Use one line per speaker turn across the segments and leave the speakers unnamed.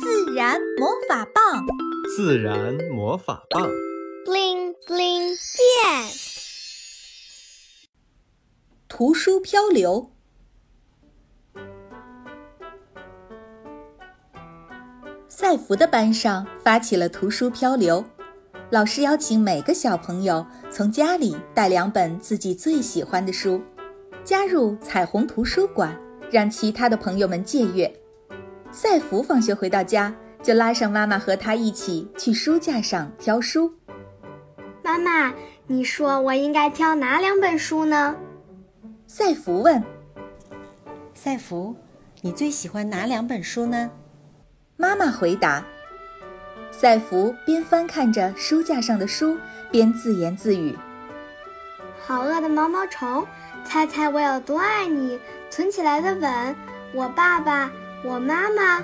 自然魔法棒
自然魔法棒，
，bling bling 变。
图书漂流。赛福的班上发起了图书漂流，老师邀请每个小朋友从家里带两本自己最喜欢的书，加入彩虹图书馆，让其他的朋友们借阅。赛福放学回到家，就拉上妈妈和他一起去书架上挑书。
妈妈，你说我应该挑哪两本书呢？
赛福问
赛福，你最喜欢哪两本书呢？
妈妈回答。赛福边翻看着书架上的书，边自言自语。
好饿的毛毛虫，猜猜我有多爱你？存起来的吻，我爸爸，我妈妈。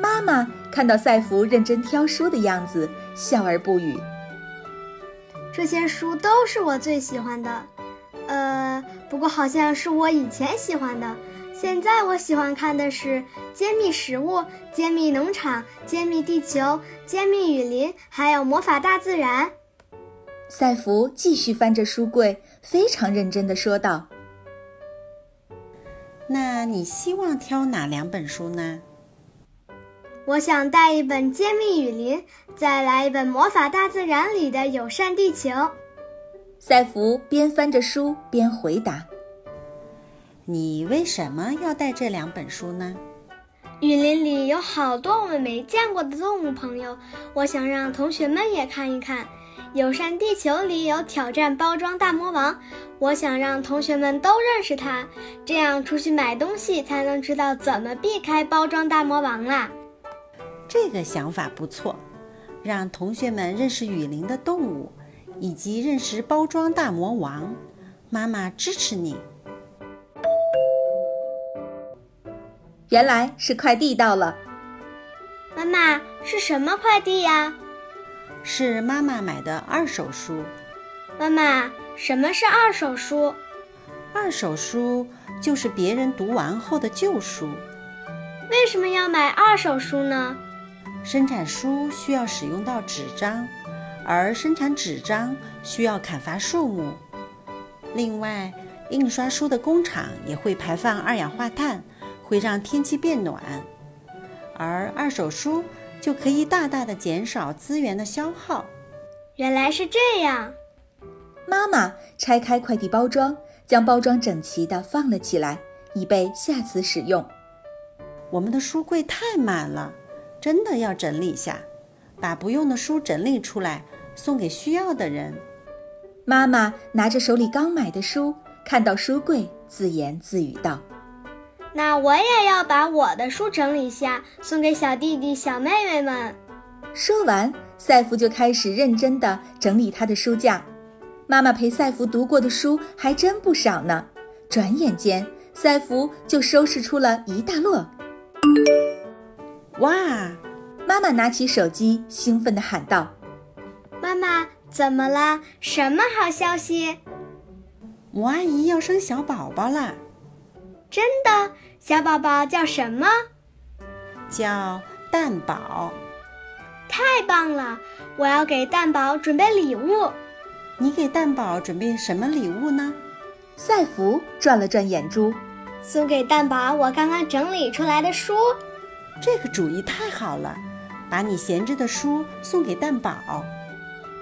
妈妈看到赛福认真挑书的样子，笑而不语。
这些书都是我最喜欢的，呃，不过好像是我以前喜欢的。现在我喜欢看的是《揭秘食物》《揭秘农场》《揭秘地球》《揭秘雨林》，还有《魔法大自然》。
赛福继续翻着书柜，非常认真地说道
那你希望挑哪两本书呢？
我想带一本《揭秘雨林》，再来一本《魔法大自然》里的《友善地球》。：“
赛福边翻着书边回答。
你为什么要带这两本书呢？
雨林里有好多我们没见过的动物朋友，我想让同学们也看一看。友善地球里有挑战包装大魔王，我想让同学们都认识他，这样出去买东西才能知道怎么避开包装大魔王啊啦。
这个想法不错，让同学们认识雨林的动物，以及认识包装大魔王。妈妈支持你。
原来是快递到了。
妈妈，是什么快递呀？
是妈妈买的二手书，
妈妈，什么是二手书？
二手书就是别人读完后的旧书。
为什么要买二手书呢？
生产书需要使用到纸张，而生产纸张需要砍伐树木。另外，印刷书的工厂也会排放二氧化碳，会让天气变暖。而二手书就可以大大的减少资源的消耗。
原来是这样。
妈妈拆开快递包装，将包装整齐地放了起来，以备下次使用。
我们的书柜太满了，真的要整理一下，把不用的书整理出来，送给需要的人。
妈妈拿着手里刚买的书，看到书柜，自言自语道
那我也要把我的书整理一下，送给小弟弟、小妹妹们。：“
说完，赛福就开始认真地整理他的书架。妈妈陪赛福读过的书还真不少呢。转眼间，赛福就收拾出了一大摞。
哇，
妈妈拿起手机，兴奋地喊道
妈妈，怎么啦？什么好消息？
母阿姨要生小宝宝啦！
真的，小宝宝叫什么？
叫蛋宝，
太棒了！我要给蛋宝准备礼物。
你给蛋宝准备什么礼物呢？：“
赛福转了转眼珠，
送给蛋宝我刚刚整理出来的书。
这个主意太好了，把你闲置的书送给蛋宝。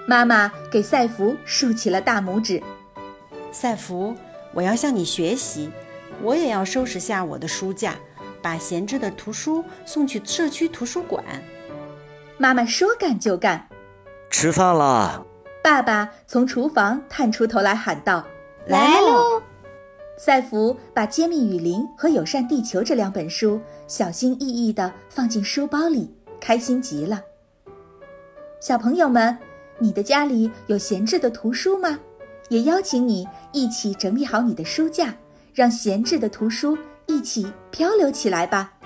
妈妈给赛福竖起了大拇指。”
赛福，我要向你学习，我也要收拾下我的书架，把闲置的图书送去社区图书馆。
妈妈说干就干，
吃饭啦！
爸爸从厨房探出头来喊道。
来喽！
赛福把《揭秘雨林》和《友善地球》这两本书小心翼翼地放进书包里，开心极了。小朋友们，你的家里有闲置的图书吗？也邀请你一起整理好你的书架，让闲置的图书一起漂流起来吧。